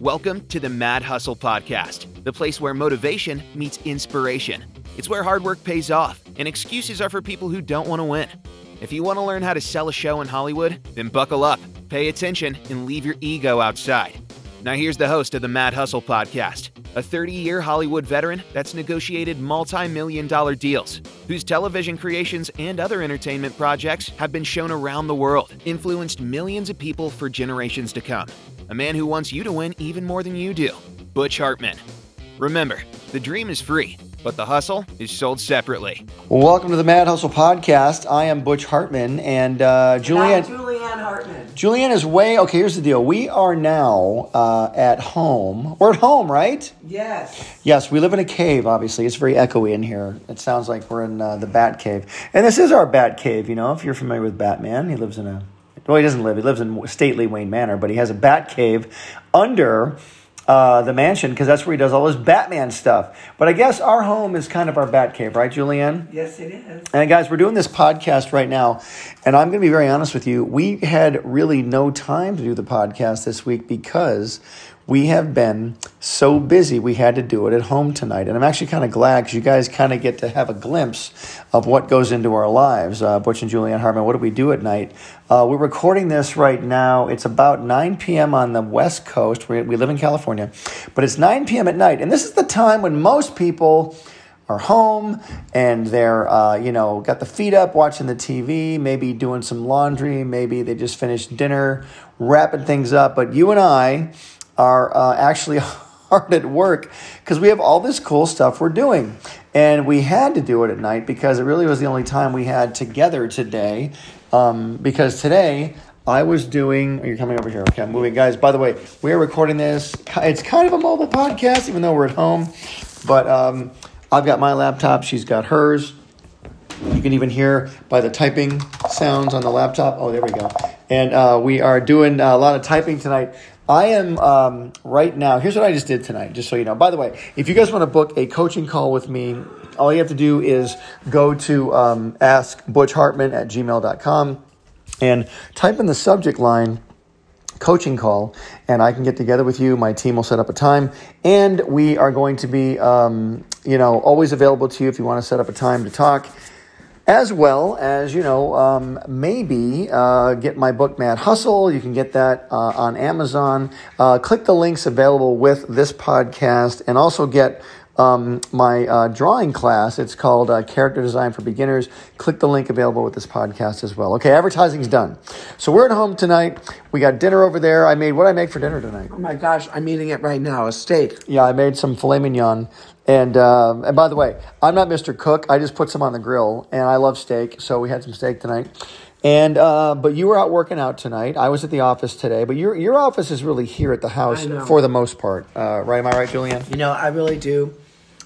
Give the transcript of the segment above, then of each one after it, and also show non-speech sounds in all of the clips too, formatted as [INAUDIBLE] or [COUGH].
Welcome to the Mad Hustle Podcast, the place where motivation meets inspiration. It's where hard work pays off and excuses are for people who don't want to win. If you want to learn how to sell a show in Hollywood, then buckle up, pay attention, and leave your ego outside. Now, here's the host of the Mad Hustle Podcast, a 30 year Hollywood veteran that's negotiated multi million dollar deals, whose television creations and other entertainment projects have been shown around the world, influenced millions of people for generations to come. A man who wants you to win even more than you do, Butch Hartman. Remember, the dream is free, but the hustle is sold separately. Welcome to the Mad Hustle Podcast. I am Butch Hartman, and uh, Julianne, Julianne. Julianne Hartman. Julianne is way okay. Here's the deal: we are now uh, at home. We're at home, right? Yes. Yes, we live in a cave. Obviously, it's very echoey in here. It sounds like we're in uh, the Bat Cave, and this is our Bat Cave. You know, if you're familiar with Batman, he lives in a well, he doesn't live. He lives in stately Wayne Manor, but he has a Bat Cave under uh, the mansion because that's where he does all his Batman stuff. But I guess our home is kind of our Bat Cave, right, Julianne? Yes, it is. And guys, we're doing this podcast right now, and I'm going to be very honest with you. We had really no time to do the podcast this week because we have been so busy. We had to do it at home tonight, and I'm actually kind of glad because you guys kind of get to have a glimpse of what goes into our lives. Uh, Butch and Julianne Hartman, what do we do at night? Uh, we're recording this right now. It's about 9 p.m. on the West Coast. We, we live in California, but it's 9 p.m. at night, and this is the time when most people are home and they're uh, you know got the feet up watching the tv maybe doing some laundry maybe they just finished dinner wrapping things up but you and i are uh, actually [LAUGHS] hard at work because we have all this cool stuff we're doing and we had to do it at night because it really was the only time we had together today um, because today I was doing. oh, You're coming over here. Okay, I'm moving, guys. By the way, we are recording this. It's kind of a mobile podcast, even though we're at home. But um, I've got my laptop. She's got hers. You can even hear by the typing sounds on the laptop. Oh, there we go. And uh, we are doing a lot of typing tonight. I am um, right now. Here's what I just did tonight, just so you know. By the way, if you guys want to book a coaching call with me, all you have to do is go to um, askbutchhartman at gmail.com and type in the subject line coaching call and i can get together with you my team will set up a time and we are going to be um, you know always available to you if you want to set up a time to talk as well as you know um, maybe uh, get my book mad hustle you can get that uh, on amazon uh, click the links available with this podcast and also get um, my uh, drawing class it's called uh, character design for beginners click the link available with this podcast as well okay advertising's done so we're at home tonight we got dinner over there i made what i make for dinner tonight Oh my gosh, I'm eating it right now. A steak. yeah, I made some filet mignon. And um, and by the way, I'm not Mr. Cook. I just put some on the grill, and I love steak, so we had some steak tonight. And uh, but you were out working out tonight. I was at the office today, but your your office is really here at the house I know. for the most part, uh, right? Am I right, Julianne? You know, I really do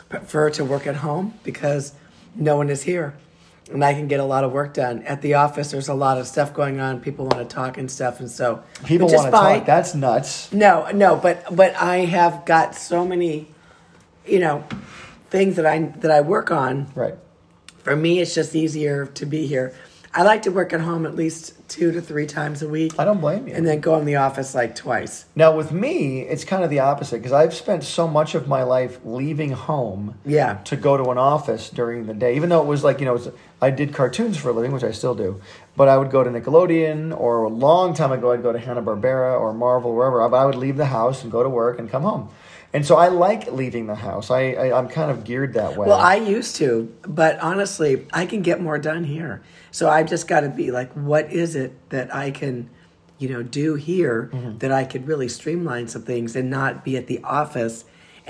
prefer to work at home because no one is here, and I can get a lot of work done. At the office, there's a lot of stuff going on. People want to talk and stuff, and so People which is want to talk. fine. That's nuts. No, no, but but I have got so many, you know, things that I that I work on Right. for me it's just easier to be here i like to work at home at least two to three times a week I don't blame you. and then go in the office like twice Now with me, it's kind of the opposite because I've spent so much of my life leaving home, Yeah. to go to an office during the day. Even though it was like you know, it's, I did cartoons for a living, which I still do, but I would go to Nickelodeon or a long time ago, I'd go to Hanna Barbera or Marvel, wherever. But I would leave the house and go to work and come home, and so I like leaving the house. I, I I'm kind of geared that way. well i used to but honestly i can get more done here so i've just got to be like what is it that i can you know do here Mm-hmm. that i could really streamline some things and not be at the office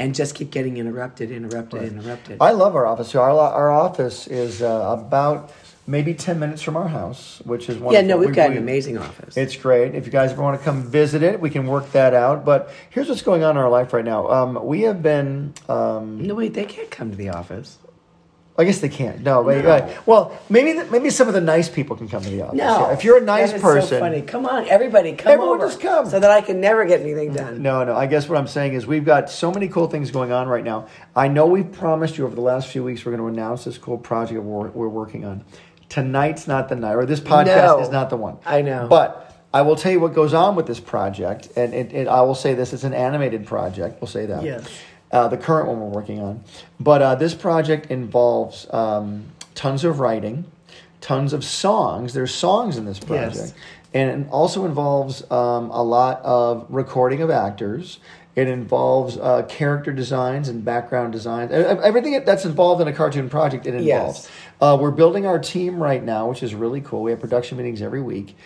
and just keep getting interrupted interrupted interrupted I love our office. So our our office is uh, about maybe ten minutes from our house, which is wonderful. yeah no we've We- got an we- amazing office It's great. If you guys ever want to come visit it, we can work that out. But here's what's going on in our life right now. Um, we have been, um, no wait they can't come to the office I guess they can't. No, but, uh, well, maybe the, maybe some of the nice people can come to the office. No, Yeah, if you're a nice that is person, so funny. Come on, everybody, come Everyone over, just come. Mm-hmm. so that I can never get anything done. No, no. I guess what I'm saying is we've got so many cool things going on right now. I know we've promised you over the last few weeks we're going to announce this cool project we're, we're working on. Tonight's not the night, or this podcast No. is not the one. I know. But I will tell you what goes on with this project, and it, it, I will say this: it's an animated project. We'll say that. Yes. Uh, the current one we're working on, but uh, this project involves um, tons of writing, tons of songs. There's songs in this project, Yes. and it also involves um, a lot of recording of actors. It involves uh, character designs and background designs. E- e- Everything that's involved in a cartoon project, it Yes. involves. Uh, we're building our team right now, which is really cool. We have production meetings every week.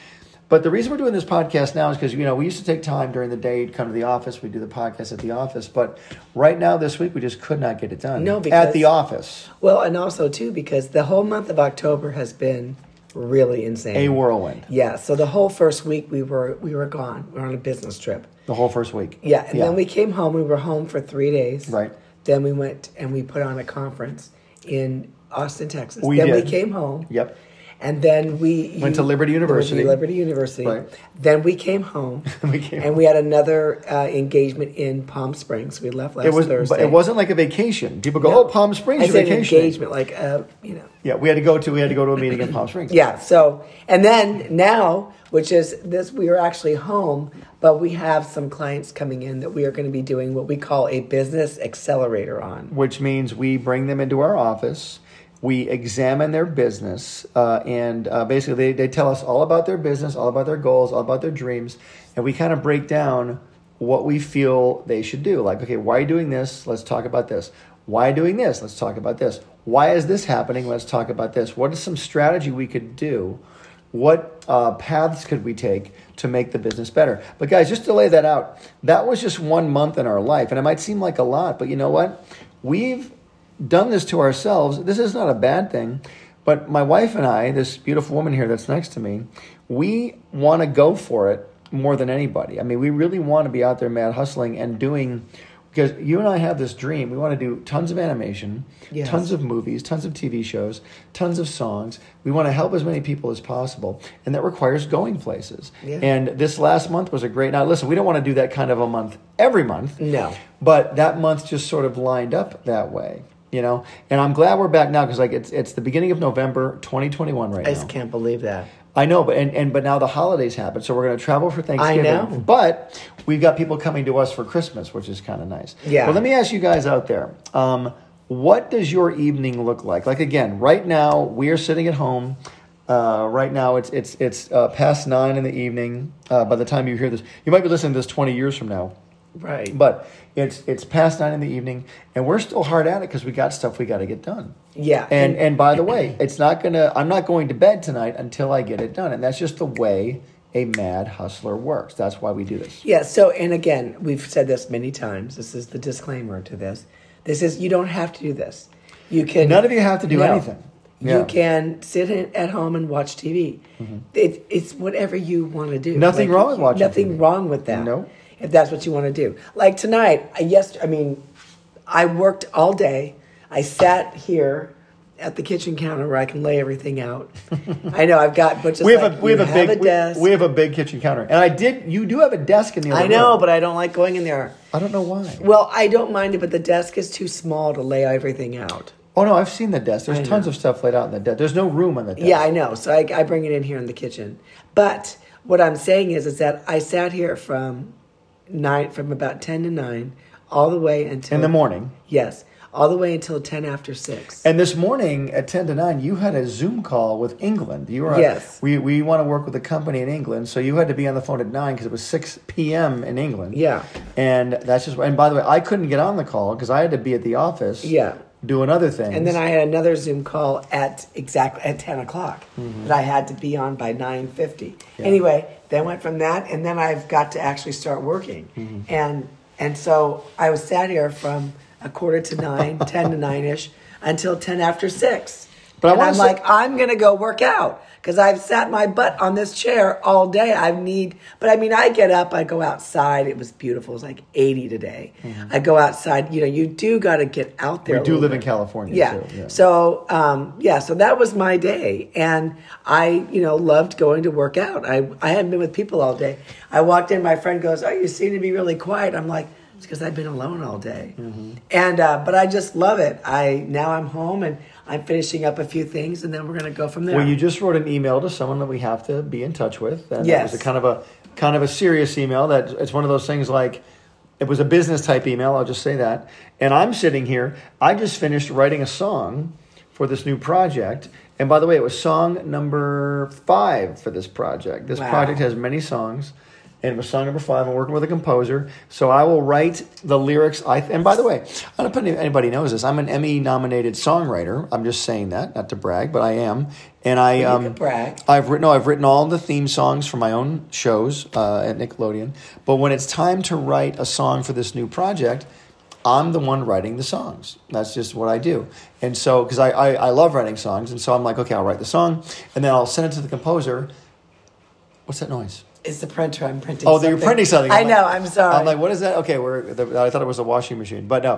But the reason we're doing this podcast now is because, you know, we used to take time during the day, to come to the office, we'd do the podcast at the office. But right now, this week, we just could not get it done. No, At because- the office, Well, and also too because the whole month of October has been really insane. a whirlwind Yeah, so the whole first week we were we were gone. We were on a business trip. the whole first week. Yeah, and then we came home. We were home for three days. Right. Then we went and we put on a conference in Austin, Texas. We then did. we came home. Yep. And then we Went to Liberty University. Liberty University. Right. Then we came home. [LAUGHS] We came and we had another uh, engagement in Palm Springs. We left last It, was, Thursday. but it wasn't like a vacation. People go, No. oh, Palm Springs, I you're said vacationing." engagement, like uh, you know. Yeah, we had to go to we had to go to a meeting [CLEARS THROAT] in Palm Springs. Yeah. So, and then now, which is this, we are actually home, but we have some clients coming in that we are going to be doing what we call a business accelerator on. which means we bring them into our office. We examine their business, uh, and uh, basically, they, they tell us all about their business, all about their goals, all about their dreams, and we kind of break down what we feel they should do. Like, okay, why are you doing this? Let's talk about this. Why are you doing this? Let's talk about this. Why is this happening? Let's talk about this. What is some strategy we could do? What uh, paths could we take to make the business better? But guys, just to lay that out, that was just one month in our life, and it might seem like a lot, but you know what? We've done this to ourselves. This is not a bad thing, but my wife and I, this beautiful woman here that's next to me, we want to go for it more than anybody. I mean, we really want to be out there mad hustling and doing because you and I have this dream. We want to do tons of animation, Yes. tons of tons of movies, tons of TV shows, tons of songs. We want to help as many people as possible, and that requires going places. Yeah. And this last month was a great. Now, listen, we don't want to do that kind of a month every month. No. But that month just sort of lined up that way, you know. And I'm glad we're back now because like it's it's the beginning of November 2021 right I now. just can't believe that. I know, but and, and but now the holidays happen, so we're going to travel for Thanksgiving. know. But we've got people coming to us for Christmas, which is kind of nice. Yeah. But let me ask you guys out there, um, what does your evening look like? Like again, right now we are sitting at home. Uh, right now it's it's it's uh, past nine in the evening. Uh, by the time you hear this, you might be listening to this twenty years from now. Right. But it's it's past nine in the evening, and we're still hard at it because we got stuff we got to get done. Yeah. And and by the [CLEARS THROAT] way, it's not gonna. I'm not going to bed tonight until I get it done, and that's just the way a mad hustler works. That's why we do this. Yeah. So, and again, we've said this many times. This is the disclaimer to this. This is you don't have to do this. You can None of you have to do anything. Yeah. Mm-hmm. You can sit in, at home and watch TV. It, it's whatever you want to do. Nothing wrong with watching Nothing TV. wrong with that. No. if that's what you want to do. Like tonight, I yes, I mean, I worked all day. I sat here at the kitchen counter where I can lay [LAUGHS] everything out. I know I've got, but just we have like a we you have a big we- a desk. We, have a big kitchen counter, and I did. You do have a desk in the. Other I know, room. but I don't like going in there. I don't know why. Well, I don't mind it, but the desk is too small to lay everything out. Oh no, I've seen the desk. There's I tons know. of stuff laid out in the desk. There's no room on the desk. Yeah, I know. So I, I bring it in here in the kitchen. But what I'm saying is, is that I sat here from nine, from about ten to nine, all the way until in the morning. Yes, all the way until ten after six. And this morning at ten to nine, you had a Zoom call with England. You were Yes. We we want to work with a company in England, so you had to be on the phone at nine because it was six p.m. in England. Yeah. And that's just. And by the way, I couldn't get on the call because I had to be at the office. Yeah. Doing other things. And then I had another Zoom call at exactly at ten o'clock Mm-hmm. that I had to be on by nine fifty. Anyway, then went from that, and then I've got to actually start working, Mm-hmm. and and so I was sat here from a quarter to [LAUGHS] nine, ten to nine ish, until ten after six. But I and wanna I'm say- like, I'm gonna go work out because I've sat my butt on this chair all day. I need, but I mean, I get up, I go outside. It was beautiful. It was like 80 today. I go outside. You know, you do got to get out there. Mm-hmm. we a do little live bit. in California. Yeah. too. yeah. So um, yeah, so that was my day, and I you know loved going to work out. I I hadn't been with people all day. I walked in, my friend goes, "Oh, you seem to be really quiet." I'm like, Mm-hmm. "It's because I've been alone all day," and uh, but I just love it. I now I'm home and. I'm finishing up a few things, and then we're going to go from there. Well, you just wrote an email to someone that we have to be in touch with, and Yes. it was a kind of a kind of a serious email. That it's one of those things like it was a business type email. I'll just say that. And I'm sitting here. I just finished writing a song for this new project. And by the way, it was song number five for this project. This Wow. project has many songs. And it was song number five. I'm working with a composer, so I will write the lyrics. I and by the way, I don't know if anybody knows this. I'm an Emmy-nominated songwriter. I'm just saying that, not to brag, but I am. And I Well, you um, can brag. I've written. No, I've written all the theme songs for my own shows uh, at Nickelodeon. But when it's time to write a song for this new project, I'm the one writing the songs. That's just what I do. And so, because I, I I love writing songs, and so I'm like, okay, I'll write the song, and then I'll send it to the composer. What's that noise? It's the printer I'm printing. Oh, they're printing something. I I'm know. like- I'm sorry. I'm like, what is that? Okay, we're. The, I thought it was a washing machine, but no.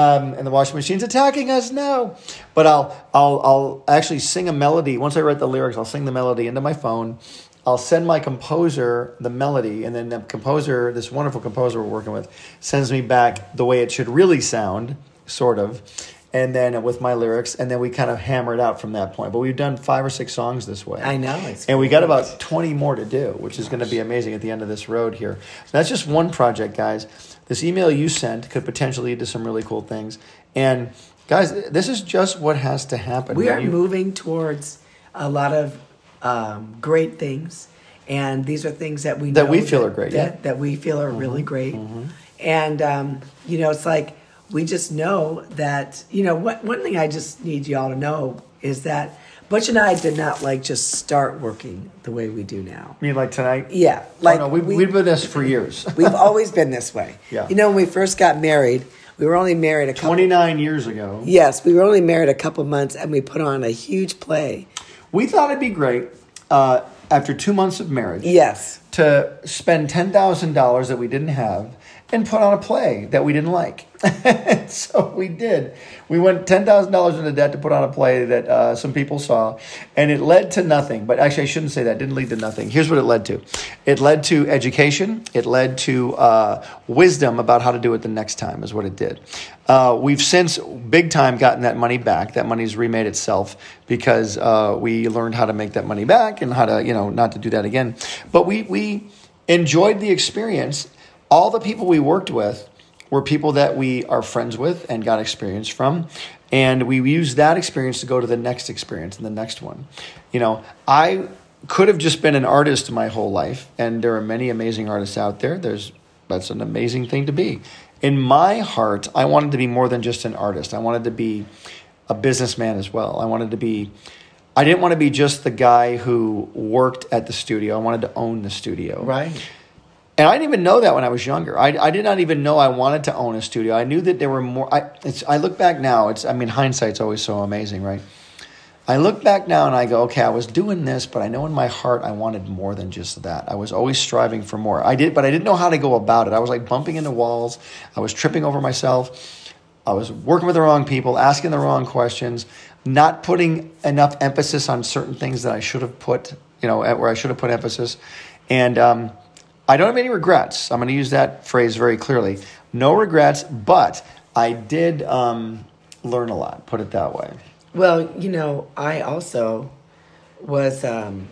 Um, and the washing machine's attacking us. No, but I'll I'll I'll actually sing a melody. Once I write the lyrics, I'll sing the melody into my phone. I'll send my composer the melody, and then the composer, this wonderful composer we're working with, sends me back the way it should really sound, sort of, and then with my lyrics, and then we kind of hammer it out from that point. But we've done five or six songs this way. I know, it's and we got great. about 20 more to do, which is going to be amazing at the end of this road here. So that's just one project, guys. This email you sent could potentially lead to some really cool things. And guys, this is just what has to happen. we When are you- moving towards a lot of um, great things, and these are things that we That know we feel are great, That, yeah. Mm-hmm, that we feel are really great, and um, you know, it's like we just know that you know. What, one thing I just need y'all to know is that Butch and I did not like just start working the way we do now. You mean like tonight? Yeah, Like like Oh, no, we've, we- we've been this for [LAUGHS] years. We've always been this way. Yeah. You know, when we first got married, we were only married a couple. 29 years ago. Yes, we were only married a couple months, and we put on a huge play. We thought it'd be great uh, after two months of marriage. Yes, to spend ten thousand dollars that we didn't have and put on a play that we didn't like. [LAUGHS] so we did. We went ten thousand dollars into debt to put on a play that uh, some people saw, and it led to nothing. But actually, I shouldn't say that. It didn't lead to nothing. Here's what it led to: it led to education. It led to uh, wisdom about how to do it the next time. Is what it did. Uh, we've since big time gotten that money back. That money's remade itself because uh, we learned how to make that money back and how to you know not to do that again. But we we enjoyed the experience. All the people we worked with were people that we are friends with and got experience from. And we used that experience to go to the next experience and the next one. You know, I could have just been an artist my whole life, and there are many amazing artists out there. There's that's an amazing thing to be. In my heart, I wanted to be more than just an artist. I wanted to be a businessman as well. I wanted to be I didn't want to be just the guy who worked at the studio. I wanted to own the studio. right. And I didn't even know that when I was younger. I, I did not even know I wanted to own a studio. I knew that there were more. I, it's, I look back now. It's I mean hindsight's always so amazing, right? I look back now and I go, okay, I was doing this, but I know in my heart I wanted more than just that. I was always striving for more. I did, but I didn't know how to go about it. I was like bumping into walls. I was tripping over myself. I was working with the wrong people, asking the wrong questions, not putting enough emphasis on certain things that I should have put, you know, at where I should have put emphasis. And um, I don't have any regrets. I'm going to use that phrase very clearly. No regrets, but I did um, learn a lot, put it that way. Well, you know, I also was. Um,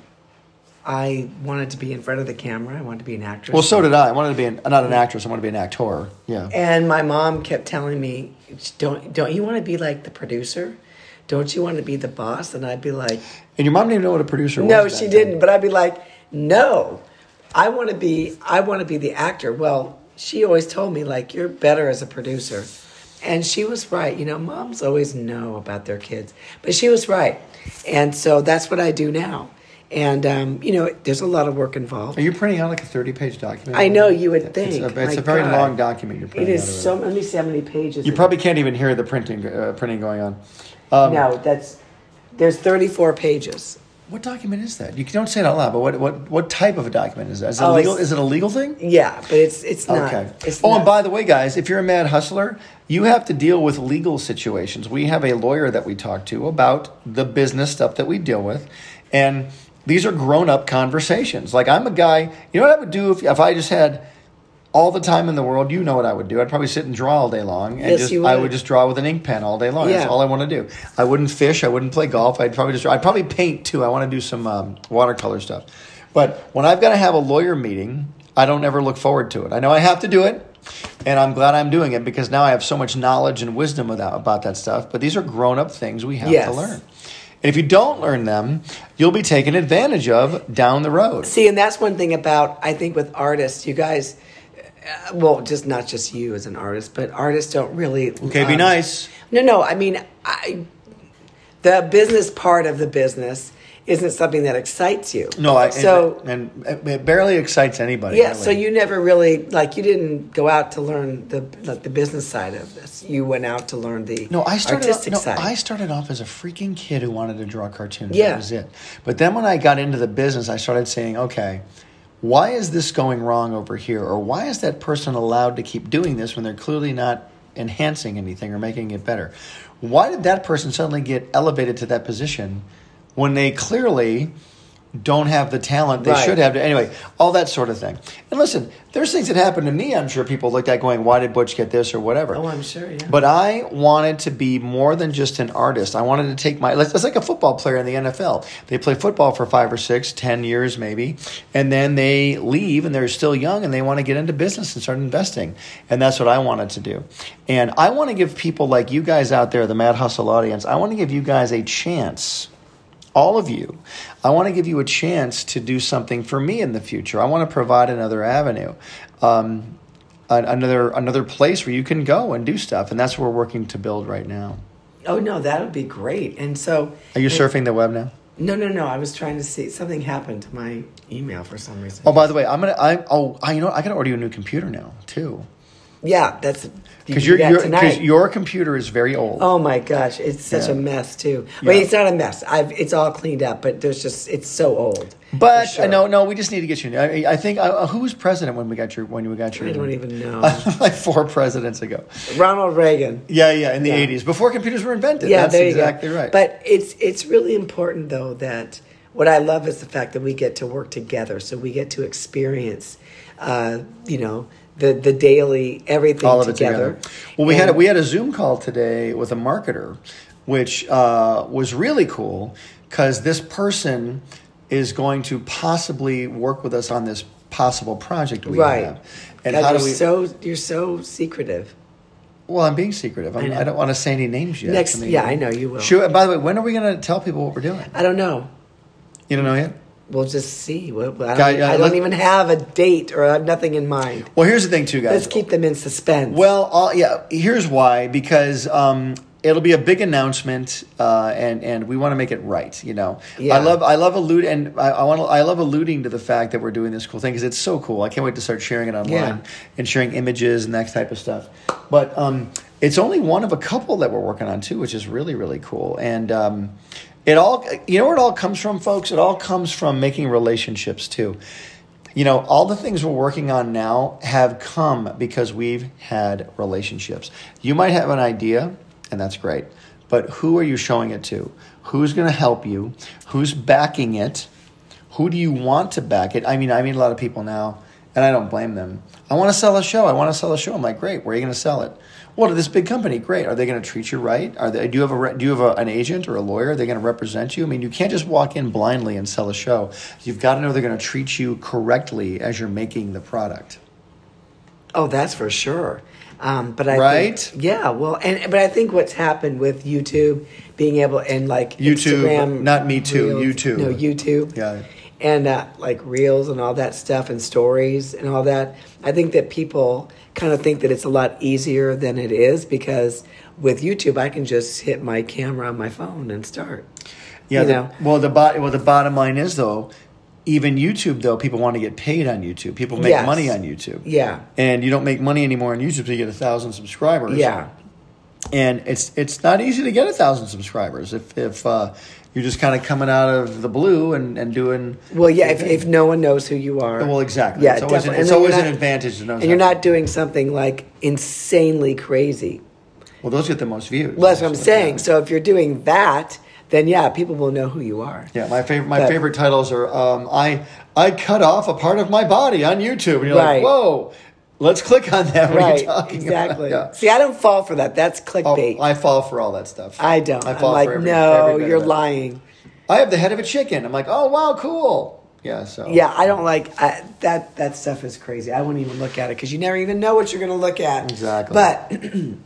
I wanted to be in front of the camera. I wanted to be an actress. Well, so did I. I wanted to be an, not an actress. I wanted to be an actor. Yeah. And my mom kept telling me, "Don't don't you want to be like the producer? Don't you want to be the boss?" And I'd be like, And your mom didn't even know what a producer was. "No, back she then. didn't." But I'd be like, "No, I want to be I want to be the actor." Well, she always told me like, "You're better as a producer," and she was right. You know, moms always know about their kids, but she was right, and so that's what I do now. And um, you know, there's a lot of work involved. Are you printing out like a 30 page document? I know, you would think. It's a, it's My a very God. long document you're It printing. is out of so. Let me see how many pages. You it probably can't even hear the printing uh, printing going on. no, that's there's 34 pages. What document is that? You don't say it out loud, but what, what, what type of a document is that? Is it, Oh, a, legal, it's- is it a legal thing? Yeah, but it's it's not. Okay. It's oh, not. and by the way, guys, if you're a mad hustler, you have to deal with legal situations. We have a lawyer that we talk to about the business stuff that we deal with, and these are grown up conversations. Like I'm a guy. You know what I would do if, if I just had all the time in the world, you know what I would do. I'd probably sit and draw all day long. And Yes, just, you I would. would just draw with an ink pen all day long. That's Yeah. all I want to do. I wouldn't fish. I wouldn't play golf. I'd probably just, I'd probably paint too. I want to do some um, watercolor stuff. But when I've got to have a lawyer meeting, I don't ever look forward to it. I know I have to do it. And I'm glad I'm doing it because now I have so much knowledge and wisdom about, about that stuff. But these are grown up things we have Yes. to learn. And if you don't learn them, you'll be taken advantage of down the road. See, and that's one thing about I think with artists, you guys, uh, well, just not just you as an artist, but artists don't really. Okay, be um, nice. No, no, I mean, I, the business part of the business isn't something that excites you. No, I so and, and it barely excites anybody. yeah, really. so you never really like you didn't go out to learn the like the business side of this. You went out to learn the No, I started. Off, artistic no, side. I started off as a freaking kid who wanted to draw cartoons. Yeah. that was it. But then when I got into the business, I started saying, okay. Why is this going wrong over here? Or why is that person allowed to keep doing this when they're clearly not enhancing anything or making it better? Why did that person suddenly get elevated to that position when they clearly don't have the talent they Right. should have? Anyway, all that sort of thing. And listen, there's things that happen to me, I'm sure people looked at going, why did Butch get this or whatever? oh, I'm sure. Yeah, But I wanted to be more than just an artist. I wanted to take my. It's like a football player in the NFL. They play football for five or six, ten years maybe, and then they leave and they're still young and they want to get into business and start investing. And that's what I wanted to do. And I want to give people like you guys out there, the Mad Hustle audience, I want to give you guys a chance all of you, I want to give you a chance to do something for me in the future. I want to provide another avenue, um, an- another another place where you can go and do stuff, and that's what we're working to build right now. oh no, that would be great. And so Are you surfing the web now? No, no, no. I was trying to see something happened to my email for some reason. Oh, by the way, I'm gonna. I oh, I you know what? I gotta order you a new computer now too, yeah, that's you because do your that your tonight. because your computer is very old. oh my gosh, it's such Yeah. a mess too. Yeah. But it's not a mess. I've it's all cleaned up, but there's just it's so old. But For sure. no, no, we just need to get you. I, I think uh, who was president when we got your when we got your. I don't even know. [LAUGHS] like four presidents ago. Ronald Reagan. Yeah, yeah, in the Yeah. '80s, before computers were invented. Yeah, that's there you exactly go. right. But it's it's really important though that what I love is the fact that we get to work together, so we get to experience, uh, you know, the the daily everything all of together. it together. Well, we had a, And- we had a Zoom call today with a marketer, which uh, was really cool because this person is going to possibly work with us on this possible project we Right. have. And God, how you're do we? so you're so secretive. well, I'm being secretive. I'm, I, know. don't want to say any names yet. Next- yeah, I know you will. Sure. And by the way, when are we going to tell people what we're doing? I don't know. You don't know yet. We'll just see. Well, I don't, God, yeah, I don't uh, let- even have a date or I have nothing in mind. Well, here's the thing, too, guys. Let's keep them in suspense. Well, all, yeah. Here's why: because um, it'll be a big announcement, uh, and and we want to make it right. You know, Yeah. I love I love allude, and I, I want I love alluding to the fact that we're doing this cool thing because it's so cool. I can't wait to start sharing it online Yeah. and sharing images and that type of stuff. But um, it's only one of a couple that we're working on too, which is really really cool. And um, it all you know where it all comes from, folks. It all comes from making relationships too you know, all the things we're working on now have come because we've had relationships. You might have an idea, and that's great, but who are you showing it to? Who's going to help you? Who's backing it? Who do you want to back it? I mean, I meet a lot of people now, and I don't blame them. I want to sell a show. I want to sell a show. I'm like, great. Where are you going to sell it? Well, to this big company. Great. Are they going to treat you right? Are they? Do you have a re- do you have a, an agent or a lawyer? Are they going to represent you? I mean, you can't just walk in blindly and sell a show. You've got to know they're going to treat you correctly as you're making the product. oh, that's for sure. Um, but I think- Right? yeah. Well, and but I think what's happened with YouTube being able and like YouTube, Instagram, not Me Too, Reels- YouTube. no YouTube, Yeah. and uh, like reels and all that stuff and stories and all that. I think that people kind of think that it's a lot easier than it is because with YouTube, I can just hit my camera on my phone and start. Yeah. You the- know. Well, the bo- well the bottom line is though, even YouTube though, people want to get paid on YouTube. People make Yes. money on YouTube. Yeah. And you don't make money anymore on YouTube till you get a thousand subscribers. Yeah. and it's it's not easy to get a thousand subscribers if if uh, you're just kind of coming out of the blue and, and doing Well, yeah. If, if no one knows who you are, well exactly Yeah, it's always, an, it's definitely. And then always you're an not- advantage to know and you're not doing something like insanely crazy. well those get the most views Well, that's what I'm actually. saying. So if you're doing that, then yeah, people will know who you are. yeah my favorite my But- favorite titles are um, I I cut off a part of my body on YouTube and you're Right. like whoa Let's click on that. What are you right. talking about? Exactly. Yeah. See, I don't fall for that. That's clickbait. Oh, I fall for all that stuff. I don't. I I fall am like, for every, no, every bit you're of it. lying. I have the head of a chicken. I'm like, oh wow, cool. Yeah. So Yeah, I don't like I, that. That stuff is crazy. I wouldn't even look at it because you never even know what you're going to look at. Exactly. But [CLEARS THROAT]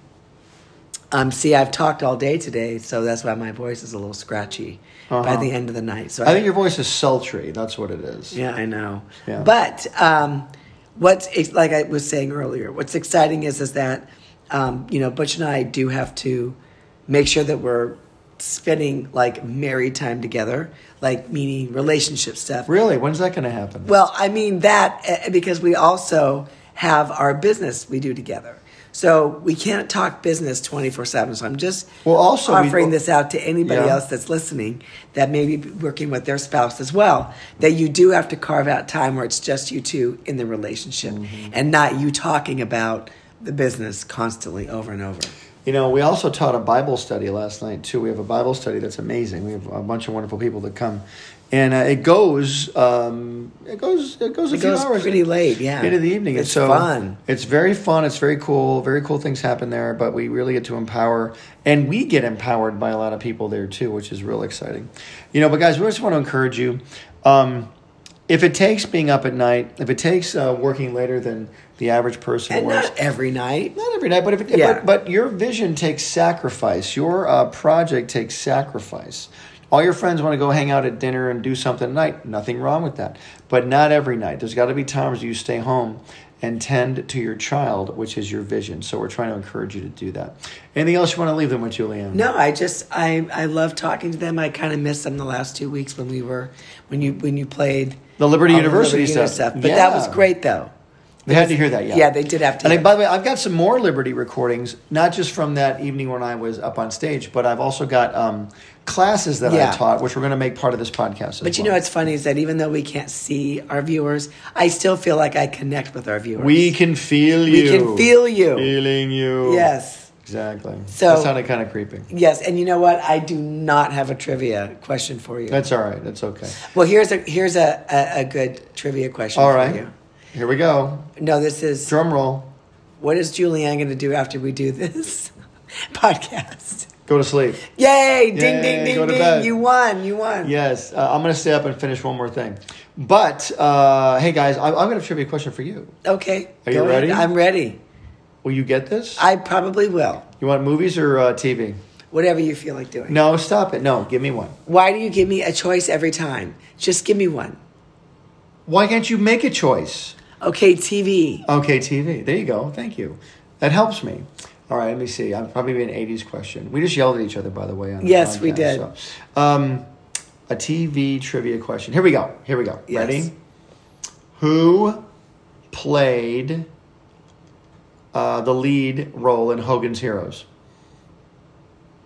um, see, I've talked all day today, so that's why my voice is a little scratchy by Uh-huh. the end of the night. So I think your voice is sultry. That's what it is. Yeah, I know. Yeah. But um, what's it's like I was saying earlier, what's exciting is is that um, you know Butch and I do have to make sure that we're spending like married time together, like meaning relationship stuff. Really? When's that going to happen? Well, I mean that eh, because we also have our business we do together. So we can't talk business 24/7. So I'm just Well, also we- offering this out to anybody Yeah. else that's listening that may be working with their spouse as well that you do have to carve out time where it's just you two in the relationship Mm-hmm. and not you talking about the business constantly over and over. You know, we also taught a Bible study last night too. We have a Bible study that's amazing. We have a bunch of wonderful people that come, and uh, it goes, um, it goes, it goes a It few goes hours pretty late, yeah. into the evening. and It's so fun. It's very fun. It's very cool. Very cool things happen there. But we really get to empower, and we get empowered by a lot of people there too, which is real exciting. You know, but guys, we just want to encourage you. Um, if it takes being up at night, if it takes uh, working later than the average person And works, not every night. not every night, but if it, Yeah. but, but your vision takes sacrifice. Your uh, project takes sacrifice. All your friends want to go hang out at dinner and do something at night. Nothing wrong with that, but not every night. There's got to be times you stay home and tend to your child, which is your vision. So we're trying to encourage you to do that. Anything else you want to leave them with, Julianne? No, I just I I love talking to them. I kind of missed them the last two weeks when we were when you when you played The Liberty all University Liberty Uni stuff. But that Yeah. was great though. They had to hear that, yeah. Yeah, they did have to And hear I, by the way, I've got some more Liberty recordings, not just from that evening when I was up on stage, but I've also got um, classes that Yeah. I taught, which we're going to make part of this podcast. But you know what's funny is that even though we can't see our viewers, I still feel like I connect with our viewers. we can feel you. We can feel you. Feeling you. yes. Exactly. So- that sounded kind of creepy. Yes, and you know what? I do not have a trivia question for you. That's all right. That's okay. well, here's a here's a, a, a good trivia question All for right. you. Here we go. No, this is Drum roll. what is Julianne going to do after we do this [LAUGHS] podcast? Go to sleep. Yay! Yay, Ding, ding, go ding, to ding! bed. You won! You won! Yes, uh, I'm going to stay up and finish one more thing. But uh, hey, guys, I, I've got a trivia question for you. Okay. Are you go ahead. ready? I'm ready. Will you get this? I probably will. you want movies or uh, TV? Whatever you feel like doing. No, stop it. No, give me one. Why do you give me a choice every time? Just give me one. Why can't you make a choice? Okay, TV. Okay, TV. There you go. Thank you. That helps me. All right, let me see. I'm probably be an 80s question. We just yelled at each other, by the way. On the Yes, we podcast, did. so. Um, a TV trivia question. Here we go. Here we go. Yes. Ready? Who played uh, the lead role in Hogan's Heroes?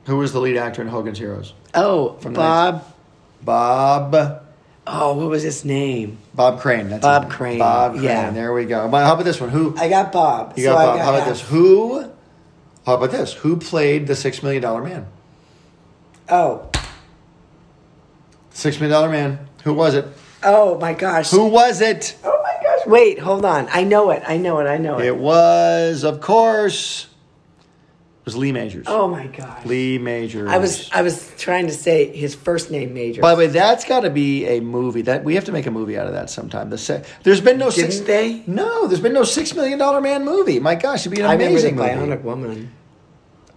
Who was the lead actor in Hogan's Heroes? Oh, From the Bob. Bob. Oh, what was his name? Bob Crane. That's Bob it. Crane, Bob Crane. yeah. There we go. But how about this one? Who? I got Bob. You got so I Bob. How about half. this? Who? How about this? Who played the Six Million Dollar Man? Oh, Six Million Dollar Man. Who was it? oh my gosh. Who was it? Oh my gosh. Wait, hold on. I know it. I know it. I know it. It was, of course, it was Lee Majors. oh my gosh. Lee Majors. I was I was trying to say his first name Major. By the way, that's got to be a movie. That we have to make a movie out of that sometime. The se- there's been no six. Didn't they? No, there's been no Six Million Dollar Man movie. My gosh, it'd be an I remember the amazing movie. Bionic Woman.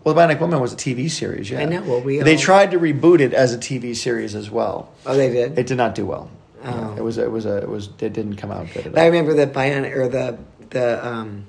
Well, The Bionic Woman was a TV series. Yeah, I know, well, we they all- tried to reboot it as a TV series as well. Oh, they did. It did not do well. Yeah, Oh. It was it was a it was it didn't come out good at But I all. remember the Bionic or the the um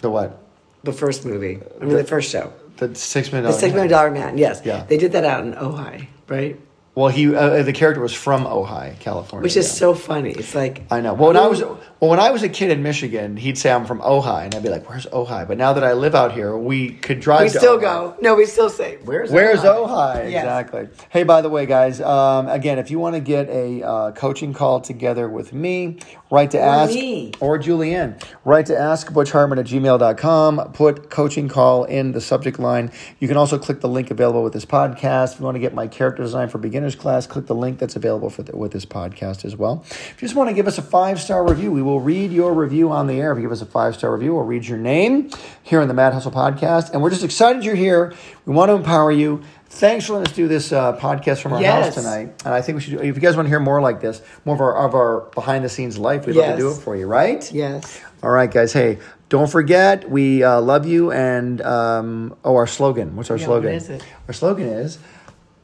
The what? the first movie. I mean the, first show. The six million The dollar. Six Million Dollar Man. Yes. Yeah. They did that out in Ojai, right? Well, he uh, the character was from Ojai, California. Which is yeah. so funny. It's like I know. Well, when I was well, when I was a kid in Michigan, he'd say I'm from Ojai, and I'd be like, "Where's Ojai?" But now that I live out here, we could drive. we to still Ojai. go. No, we still say where's Where's Ojai? Ojai? Yes. Exactly. Hey, by the way, guys, um, again, if you want to get a uh, coaching call together with me, write to ask me. or Julianne, write to ask Butch Harmon at gmail.com. Put coaching call in the subject line. You can also click the link available with this podcast. If you want to get my character design for beginners beginner's class, click the link that's available for the, with this podcast as well. If you just want to give us a five star review, we will read your review on the air. If you give us a five star review, we'll read your name here on the Mad Hustle podcast. And we're just excited you're here. We want to empower you. Thanks for letting us do this uh, podcast from our Yes. house tonight. And I think we should. do- If you guys want to hear more like this, more of our of our behind the scenes life, we'd love Yes. to do it for you, right? Yes. All right, guys. Hey, don't forget we uh, love you and um, oh, our slogan. What's our Yeah, what slogan? is it? Our slogan is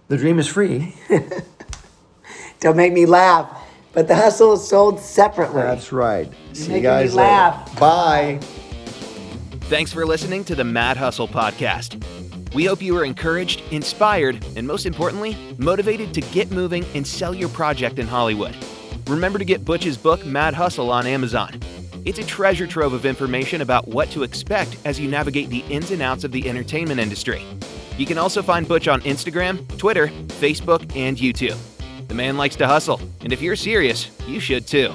the dream is [LAUGHS] free. Don't make me laugh. But the hustle is sold separately. That's right. See making me you guys later. laugh. Bye. Thanks for listening to the Mad Hustle Podcast. We hope you were encouraged, inspired, and most importantly, motivated to get moving and sell your project in Hollywood. Remember to get Butch's book, Mad Hustle, on Amazon. It's a treasure trove of information about what to expect as you navigate the ins and outs of the entertainment industry. You can also find Butch on Instagram, Twitter, Facebook, and YouTube. The man likes to hustle, and if you're serious, you should too.